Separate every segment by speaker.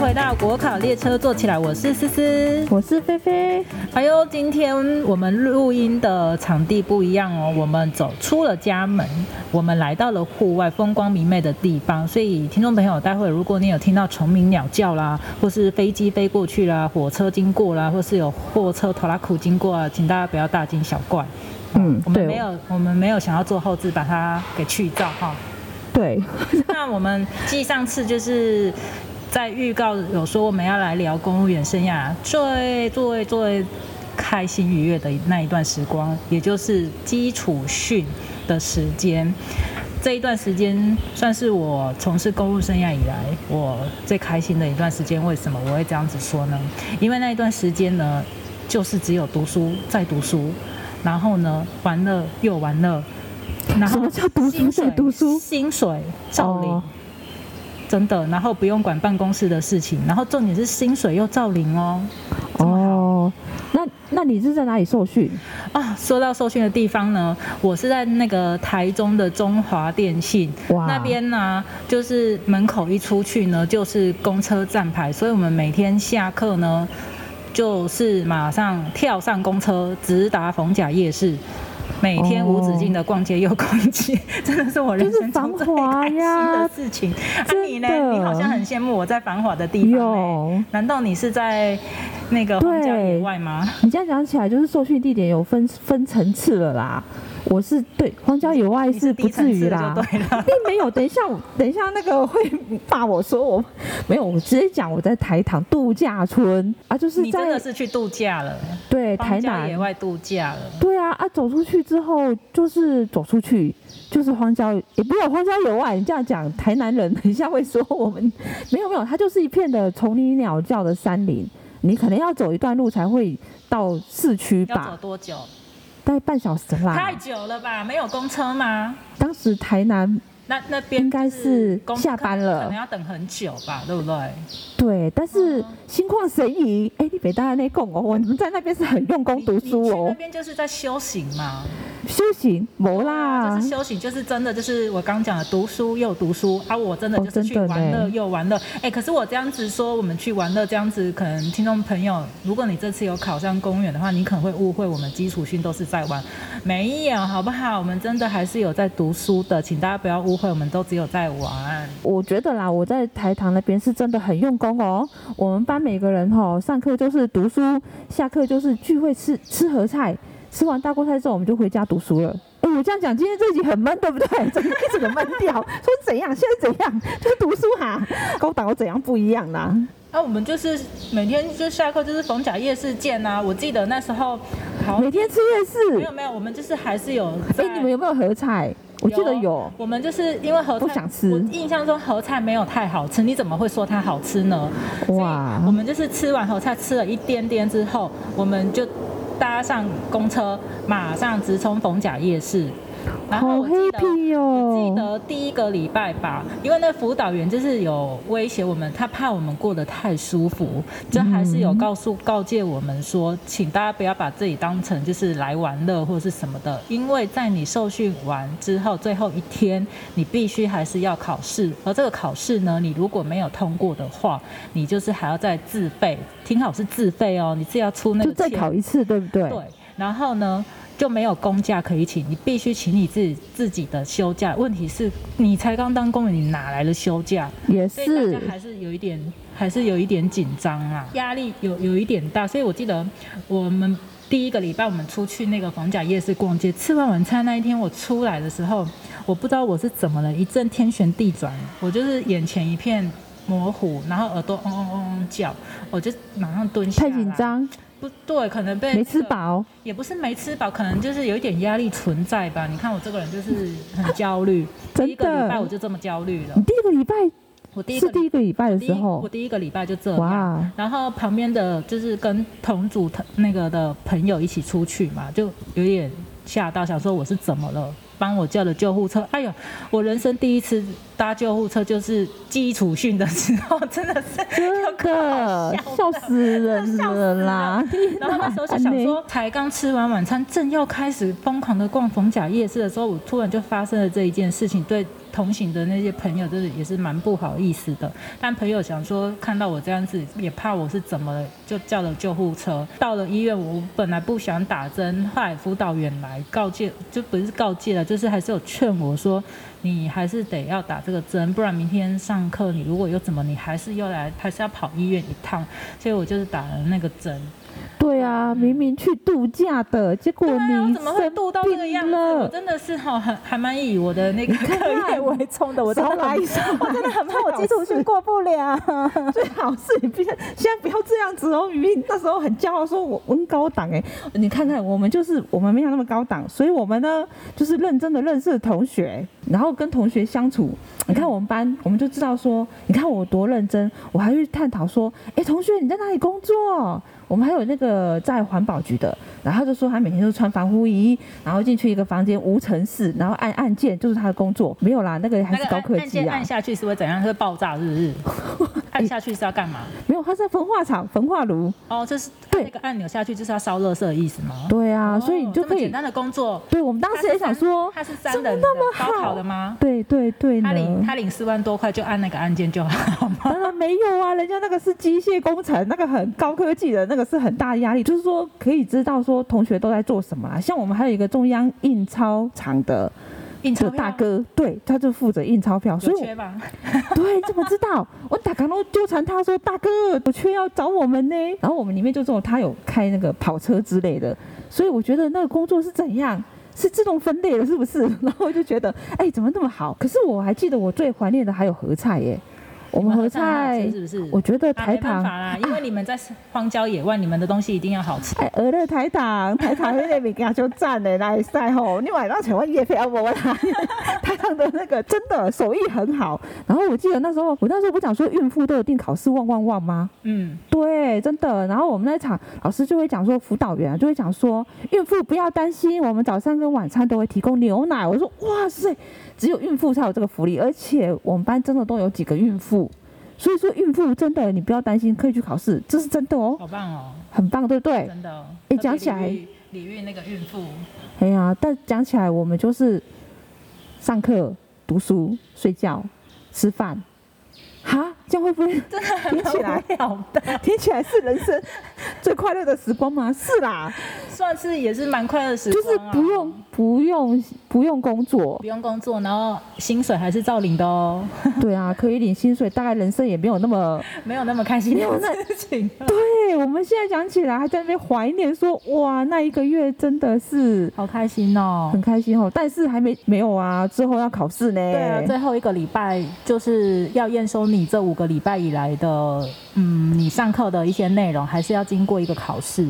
Speaker 1: 来到国考列车，坐起来！我是思思，
Speaker 2: 我是菲菲。
Speaker 1: 哎呦，今天我们录音的场地不一样哦，我们走出了家门，我们来到了户外风光明媚的地方。所以，听众朋友，待会如果你有听到虫鸣鸟叫啦，或是飞机飞过去啦，火车经过啦，或是有货车拖拉苦经过啊，请大家不要大惊小怪。
Speaker 2: 嗯，
Speaker 1: 我们
Speaker 2: 对
Speaker 1: 没有，我们没有想要做后置把它给去掉哈。
Speaker 2: 对，
Speaker 1: 那我们继上次就是在预告有说我们要来聊公务员生涯最最最开心愉悦的那一段时光，也就是基础训的时间。这一段时间算是我从事公务生涯以来我最开心的一段时间。为什么我会这样子说呢？因为那一段时间呢，就是只有读书再读书，然后呢玩乐又玩乐，然后
Speaker 2: 什么叫读书
Speaker 1: 薪水
Speaker 2: 再读书
Speaker 1: 薪水照领。
Speaker 2: 哦
Speaker 1: 真的，然后不用管办公室的事情，然后重点是薪水又照领哦。这么好
Speaker 2: 哦，那那你是在哪里受训？
Speaker 1: 啊，说到受训的地方呢，我是在那个台中的中华电信
Speaker 2: 哇
Speaker 1: 那边呢、就是门口一出去呢就是公车站牌，所以我们每天下课呢就是马上跳上公车，直达逢甲夜市。每天无止境的逛街又逛街，
Speaker 2: 哦
Speaker 1: 真的是我人生中最
Speaker 2: 就是繁华
Speaker 1: 开心的
Speaker 2: 呀
Speaker 1: 事情。啊，
Speaker 2: 真
Speaker 1: 你呢？
Speaker 2: 的
Speaker 1: 你好像很羡慕我在繁华的地方、欸。
Speaker 2: 有，
Speaker 1: 难道你是在那个荒郊野
Speaker 2: 对
Speaker 1: 外吗？
Speaker 2: 你这样讲起来，就是受训地点有分分层次了啦。我是对荒郊野外
Speaker 1: 你是
Speaker 2: 是不
Speaker 1: 低层
Speaker 2: 至于
Speaker 1: 次的
Speaker 2: 啦
Speaker 1: 就，对了。
Speaker 2: 并没有。等一下我，等一下那个会骂我说我没有，我直接讲我在台糖度假村啊，就是
Speaker 1: 你真
Speaker 2: 在
Speaker 1: 的是去度假了，
Speaker 2: 对台
Speaker 1: 荒郊
Speaker 2: 南
Speaker 1: 野外度假了。
Speaker 2: 对啊，啊，走出去之后就是走出去，就是荒郊，也不有荒郊野外。你这样讲，台南人等一下会说我们没有没有，它就是一片的丛林鸟叫的山林，你可能要走一段路才会到市区
Speaker 1: 要走
Speaker 2: 吧，
Speaker 1: 多久？
Speaker 2: 大概半小时
Speaker 1: 太
Speaker 2: 啦。
Speaker 1: 久了吧？没有公车吗？
Speaker 2: 当时台南
Speaker 1: 那那边
Speaker 2: 应该是
Speaker 1: 公
Speaker 2: 下班了
Speaker 1: 可能要等很久吧，对不对？
Speaker 2: 对，但是
Speaker 1: 嗯
Speaker 2: 心旷神怡，哎、你北大那贡哦，我们在那边是很用功
Speaker 1: 你
Speaker 2: 读
Speaker 1: 你
Speaker 2: 书
Speaker 1: 去那
Speaker 2: 哦，
Speaker 1: 边就是在修行嘛，
Speaker 2: 修行没啦
Speaker 1: 哦就，是修行，就是真的就是我刚讲的读书又读书啊，我真的
Speaker 2: 哦
Speaker 1: 就是去
Speaker 2: 真的
Speaker 1: 玩乐
Speaker 2: 嘞
Speaker 1: 又玩乐。哎、可是我这样子说，我们去玩乐这样子，可能听众朋友，如果你这次有考上公务员的话，你可能会误会我们基础训都是在玩，没有好不好？我们真的还是有在读书的，请大家不要误会，我们都只有在玩。
Speaker 2: 我觉得啦，我在台糖那边是真的很用功哦。我们班每个人哈、上课就是读书，下课就是聚会吃吃合菜，吃完大锅菜之后我们就回家读书了。哎，我这样讲，今天这集很闷，对不对？ 整个一整个闷掉，说怎样，现在怎样，就是读书哈、跟我打我怎样不一样啦、
Speaker 1: 那、我们就是每天就下课就是逢甲夜市见呐、我记得那时候好
Speaker 2: 每天吃夜
Speaker 1: 没
Speaker 2: 市
Speaker 1: 有，没有，我们就是还是有在。
Speaker 2: 哎，你们有没有合菜？我记得有。
Speaker 1: 我们就是因为合菜
Speaker 2: 不想吃
Speaker 1: 我印象中合菜没有太好吃，你怎么会说它好吃呢？
Speaker 2: 哇
Speaker 1: 所以我们就是吃完合菜吃了一点点之后，我们就搭上公车，马上直冲逢甲夜市。然后
Speaker 2: 好
Speaker 1: 我记得
Speaker 2: happy 哦
Speaker 1: 我记得第一个礼拜吧，因为那辅导员就是有威胁我们，他怕我们过得太舒服，就还是有告诉告诫我们说，请大家不要把自己当成就是来玩乐或是什么的，因为在你受训完之后最后一天，你必须还是要考试，而这个考试呢，你如果没有通过的话，你就是还要再自费，听好是自费哦，你自己要出那
Speaker 2: 就
Speaker 1: 个
Speaker 2: 再
Speaker 1: 钱
Speaker 2: 考一次，对不对？
Speaker 1: 对，然后呢就没有公假可以请，你必须请你自己自己的休假。问题是，你才刚当公务员，你哪来的休假？
Speaker 2: 也
Speaker 1: 所以大
Speaker 2: 是
Speaker 1: 家还是有一点，还是有一点紧张啊，压力有有一点大。所以我记得我们第一个礼拜我们出去那个逢甲夜市逛街，吃完晚餐那一天我出来的时候，我不知道我是怎么了，一阵天旋地转，我就是眼前一片。模糊，然后耳朵嗡嗡嗡嗡叫，我就马上蹲下。
Speaker 2: 太紧，张，
Speaker 1: 不对，可能被、
Speaker 2: 没吃饱。
Speaker 1: 也不是没吃饱，可能就是有一点压力存在吧。你看我这个人就是很焦虑，
Speaker 2: 真的
Speaker 1: 第一个礼拜我就这么焦虑了
Speaker 2: 你。第一个礼拜
Speaker 1: 我第一个
Speaker 2: 是第一个礼拜的
Speaker 1: 第一
Speaker 2: 时候
Speaker 1: 我，第一个礼拜就这样。
Speaker 2: 哇，
Speaker 1: 然后旁边的就是跟同组同那个的朋友一起出去嘛，就有点吓到，想说我是怎么了，帮我叫了救护车。哎呦，我人生第一次搭救护车就是基础训的时候，真的是
Speaker 2: 真的
Speaker 1: 啊
Speaker 2: 笑死人了啦！
Speaker 1: 然后那时候就想说，才刚吃完晚餐，正要开始疯狂的逛逢甲夜市的时候，我突然就发生了这一件事情，对同行的那些朋友，就是也是蛮不好意思的。但朋友想说，看到我这样子，也怕我是怎么了，就叫了救护车。到了医院，我本来不想打针，后来辅导员来告诫，就不是告诫了，就是还是有劝我说，你还是得要打这个针，不然明天上课你如果又怎么，你还是要来，还是要跑医院一趟。所以我就是打了那个针。
Speaker 2: 对啊，明明去度假的，结果
Speaker 1: 对啊，我
Speaker 2: 你
Speaker 1: 怎么会
Speaker 2: 生
Speaker 1: 度到这个样
Speaker 2: 病
Speaker 1: 子？我
Speaker 2: 了。
Speaker 1: 真的是哈，还还蛮以我的那个课业为重的，我真的很
Speaker 2: 上，
Speaker 3: 我真的很怕我基础训过不了。
Speaker 2: 最 好是你不要，现在不要这样子哦。明明那时候很骄傲，说我我很高档哎，你看看我们就是我们没有那么高档，所以我们呢就是认真的认识同学，然后跟同学相处。你看我们班，我们就知道说，你看我多认真，我还去探讨说，哎、同学你在哪里工作？我们还有那个在环保局的，然后他就说他每天都穿防护衣，然后进去一个房间无尘室，然后按按键就是他的工作，没有啦，那个还
Speaker 1: 那
Speaker 2: 是
Speaker 1: 个
Speaker 2: 高科
Speaker 1: 按按
Speaker 2: 技啊。
Speaker 1: 键按下去是会怎样？会爆炸是不是？ 按下去是要干嘛？
Speaker 2: 没有，他在焚化厂焚化炉。
Speaker 1: 哦，就是按
Speaker 2: 对
Speaker 1: 那个按钮下去就是要烧垃圾的意思吗？
Speaker 2: 对啊，
Speaker 1: 哦
Speaker 2: 所以你
Speaker 1: 这
Speaker 2: 就
Speaker 1: 么
Speaker 2: 可以
Speaker 1: 简。单的工作。
Speaker 2: 对，我们当时也想说，
Speaker 1: 他是三
Speaker 2: 怎么
Speaker 1: 人的
Speaker 2: 那么好
Speaker 1: 高考的吗？
Speaker 2: 对对对
Speaker 1: 他领
Speaker 2: 呢，
Speaker 1: 他领四万多块就按那个按键就好吗？
Speaker 2: 当然没有啊，人家那个是机械工程，那个很高科技的，那个是很大的压力，就是说可以知道说同学都在做什么啦。像我们还有一个中央印钞厂的
Speaker 1: 印钞
Speaker 2: 的
Speaker 1: 票
Speaker 2: 大哥，对，他就负责印钞票，所 以
Speaker 1: 有
Speaker 2: 我
Speaker 1: 缺吧？
Speaker 2: 对，怎么知道？我打刚都纠缠他说：“大哥，有缺要找我们呢。”然后我们里面就只有他有开那个跑车之类的，所以我觉得那个工作是怎样？是自动分类了，是不 是？然后我就觉得，哎、怎么那么好？可是我还记得我最怀念的还有合菜耶，我们合菜，
Speaker 1: 是不是？
Speaker 2: 我觉得
Speaker 1: 啊
Speaker 2: 台
Speaker 1: 没办
Speaker 2: 糖，
Speaker 1: 法啦，因为你们在荒郊野外，你们的东西一定要好吃。
Speaker 3: 哎，鹅乐台糖，台糖那边给他就赞的那一赛吼，你晚上请问叶飞要不我 来？
Speaker 2: 台糖的那个真的手艺很好。然后我记得那时候，我那时候不讲说孕妇都有定考试旺旺旺吗？
Speaker 1: 嗯，
Speaker 2: 对，真的。然后我们那一场老师就会讲说，辅导员啊就会讲说，孕妇不要担心，我们早上跟晚餐都会提供牛奶。我说哇塞，只有孕妇才有这个福利，而且我们班真的都有几个孕妇，所以说孕妇真的你不要担心，可以去考试，这是真的哦，
Speaker 1: 好棒哦，
Speaker 2: 很棒，对不对？
Speaker 1: 真的哦。特
Speaker 2: 哎
Speaker 1: 别
Speaker 2: 讲起来
Speaker 1: 礼遇，李玉那个孕妇，
Speaker 2: 哎呀，但讲起来我们就是上课、读书、睡觉、吃饭，哈，这样会 不会
Speaker 3: 听起来
Speaker 1: 好的，
Speaker 3: 听起来是人生
Speaker 2: 最快乐的时光吗？是啦，
Speaker 1: 算是也是蛮快乐的时
Speaker 2: 就
Speaker 1: 光
Speaker 2: 是
Speaker 1: 啊、
Speaker 2: 不用不用不用工作
Speaker 1: 不，用工作，然后薪水还是照领的哦，
Speaker 2: 对啊，可以领薪水，大概人生也没有 那么。
Speaker 1: 没有那么开心的事情。
Speaker 2: 对，我们现在讲起来还在那边怀念说，哇，那一个月真的是
Speaker 1: 好开心哦
Speaker 2: 很！开心哦。但是还没没有啊，之后要考试呢。
Speaker 1: 对啊，最后一个礼拜就是要验收你这五个礼拜以来的，嗯，你上课的一些内容，还是要经过一个考试。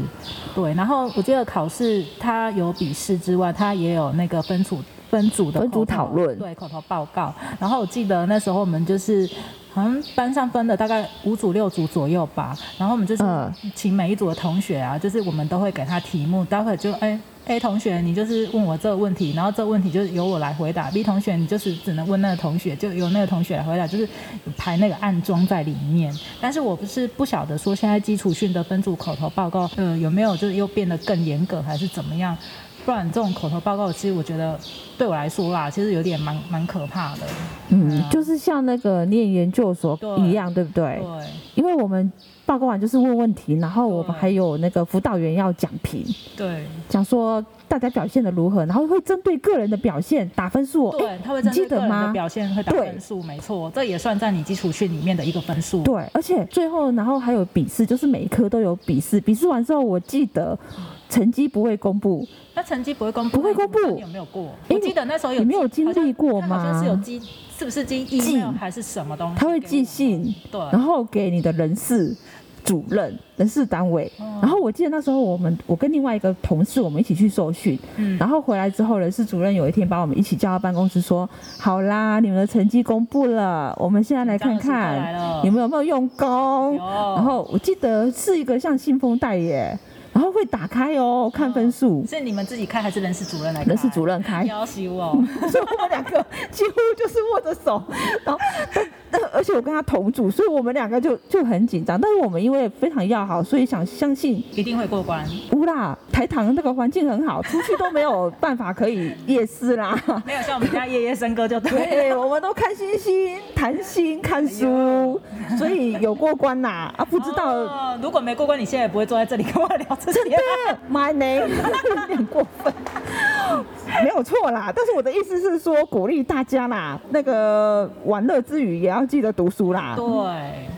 Speaker 1: 对，然后我记得考试它有笔试之外，它也有那个分组分组的
Speaker 2: 分组
Speaker 1: 口头
Speaker 2: 讨论
Speaker 1: 对，口头报告。然后我记得那时候我们就是。好像班上分的大概五组六组左右吧，然后我们就是
Speaker 2: 嗯
Speaker 1: 请每一组的同学啊，就是我们都会给他题目，待会就哎、A 同学你就是问我这个问题，然后这个问题就是由我来回答；B 同学你就是只能问那个同学，就由那个同学来回答，就是排那个暗装在里面。但是我不是不晓得说现在基础训的分组口头报告，呃，有没有就是又变得更严格还是怎么样？不然这种口头报告，其实我觉得对我来说啦，其实有点蛮蛮可怕的。
Speaker 2: 嗯，就是像那个念研究所
Speaker 1: 啊对
Speaker 2: 一样，对不对？
Speaker 1: 对，
Speaker 2: 因为我们报告完就是问问题，然后我们
Speaker 1: 对
Speaker 2: 还有那个辅导员要讲评，
Speaker 1: 对，
Speaker 2: 讲说大家表现的如何，然后会针对个人的表现打分数哦。
Speaker 1: 对，他会针对
Speaker 2: 你记
Speaker 1: 个
Speaker 2: 得
Speaker 1: 人的
Speaker 2: 吗
Speaker 1: 表现会打
Speaker 2: 对
Speaker 1: 分数，没错，这也算在你基础训里面的一个分数。
Speaker 2: 对，而且最后然后还有笔试，就是每一科都有笔试。笔试完之后，我记得成绩不会公布，
Speaker 1: 那成绩不会公布，
Speaker 2: 不会公布
Speaker 1: 那你有没有过？
Speaker 2: 诶
Speaker 1: 我记得那时候有
Speaker 2: 你没有经历过
Speaker 1: 好像是有
Speaker 2: 吗
Speaker 1: 寄，是不是寄
Speaker 2: 寄
Speaker 1: email 还是什么东西？
Speaker 2: 他会寄，信，
Speaker 1: 对，
Speaker 2: 然后给你的人事主任、人事单位。
Speaker 1: 嗯
Speaker 2: 然后我记得那时候我们，我跟另外一个同事，我们一起去受训，
Speaker 1: 嗯
Speaker 2: 然后回来之后，人事主任有一天把我们一起叫到办公室说：“好啦，你们的成绩公布了，我们现在来看
Speaker 1: 紧张的时刻来了哦
Speaker 2: 看你们有没有用功。”
Speaker 1: 有
Speaker 2: 然后我记得是一个像信封袋耶，然后会打开哦，看分数，
Speaker 1: 是你们自己开还是人事主任来开？
Speaker 2: 人事 主任开，
Speaker 1: 要挟我，
Speaker 2: 所以我们两个几乎就是握着手，然后但
Speaker 4: 那
Speaker 2: 而且我跟他同组，所以我们两个就就很紧张。但是我们因为非常要好，所以想相信
Speaker 1: 一定会过关。
Speaker 2: 乌啦，台糖那个环境很好，出去都没有办法可以夜市啦。
Speaker 1: 没有像我们家夜夜笙歌就 对了。
Speaker 2: 对，哎我们都看星星、谈心、看书，所以有过关呐、啊。不知道，
Speaker 1: 哎哦如果没过关，你现在也不会坐在这里跟我聊这
Speaker 2: 真
Speaker 1: 些
Speaker 2: 的。妈呢，有点过分。 没有错啦，但是我的意思是说，鼓励大家啦，那个玩乐之余也要记得读书啦，
Speaker 1: 对。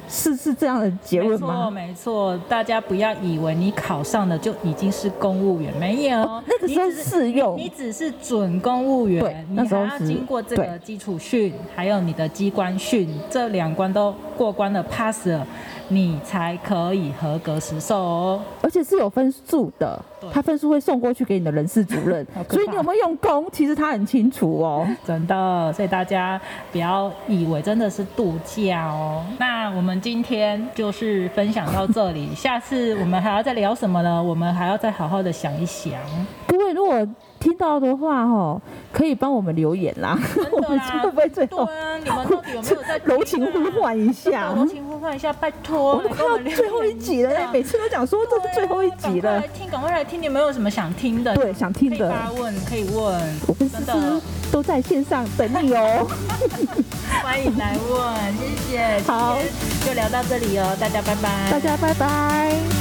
Speaker 2: 是是这样的结
Speaker 1: 没
Speaker 2: 论
Speaker 1: 错，
Speaker 2: 吗？
Speaker 1: 没错，大家不要以为你考上了就已经是公务员，没有，
Speaker 2: 哦那个时候
Speaker 1: 你只是
Speaker 2: 适用
Speaker 1: 你你只是准公务员，
Speaker 2: 对
Speaker 1: 你
Speaker 2: 那时
Speaker 1: 还
Speaker 2: 候
Speaker 1: 要
Speaker 2: 是
Speaker 1: 经过这个
Speaker 2: 对
Speaker 1: 基础训，还有你的机关训，这两关都过关了，pass 了，你才可以合格实受哦。
Speaker 4: 而且是有分数的
Speaker 1: 对，
Speaker 4: 他分数会送过去给你的人事主任
Speaker 1: 好，可怕
Speaker 4: 所
Speaker 2: 所
Speaker 4: 以
Speaker 2: 以你有没有用功？其实他很清楚哦。
Speaker 1: 真的，所以大家不要以为真的是度假哦。那我们今天就是分享到这里，下次我们还要再聊什么呢？我们还要再好好的想一想。
Speaker 4: 各位如果听到的话，哦，可以帮我们留言啦。
Speaker 1: 真的啦，
Speaker 2: 会不会最
Speaker 1: 对
Speaker 2: 后
Speaker 1: 啊，你们到底有没有在 啊
Speaker 2: 柔情呼唤一下？
Speaker 1: 柔情呼唤一下，拜托，
Speaker 2: 我都
Speaker 1: 来
Speaker 2: 快
Speaker 1: 跟我
Speaker 2: 要
Speaker 1: 们聊
Speaker 2: 最后一集了
Speaker 1: 对
Speaker 2: 嘞
Speaker 1: 啊，
Speaker 2: 哎每次都讲说这是最后一集
Speaker 1: 对啊赶快
Speaker 2: 了
Speaker 1: 来。听，赶快来听，你们有什么想听的？
Speaker 2: 对，想听
Speaker 1: 可以
Speaker 2: 的，
Speaker 1: 发问，可以问，
Speaker 2: 我跟思
Speaker 1: 真的
Speaker 2: 思都在线上等你 哦。
Speaker 1: 欢迎来问，谢谢。
Speaker 2: 好，
Speaker 1: 就聊到这里哦，大家拜拜，
Speaker 2: 大家拜拜。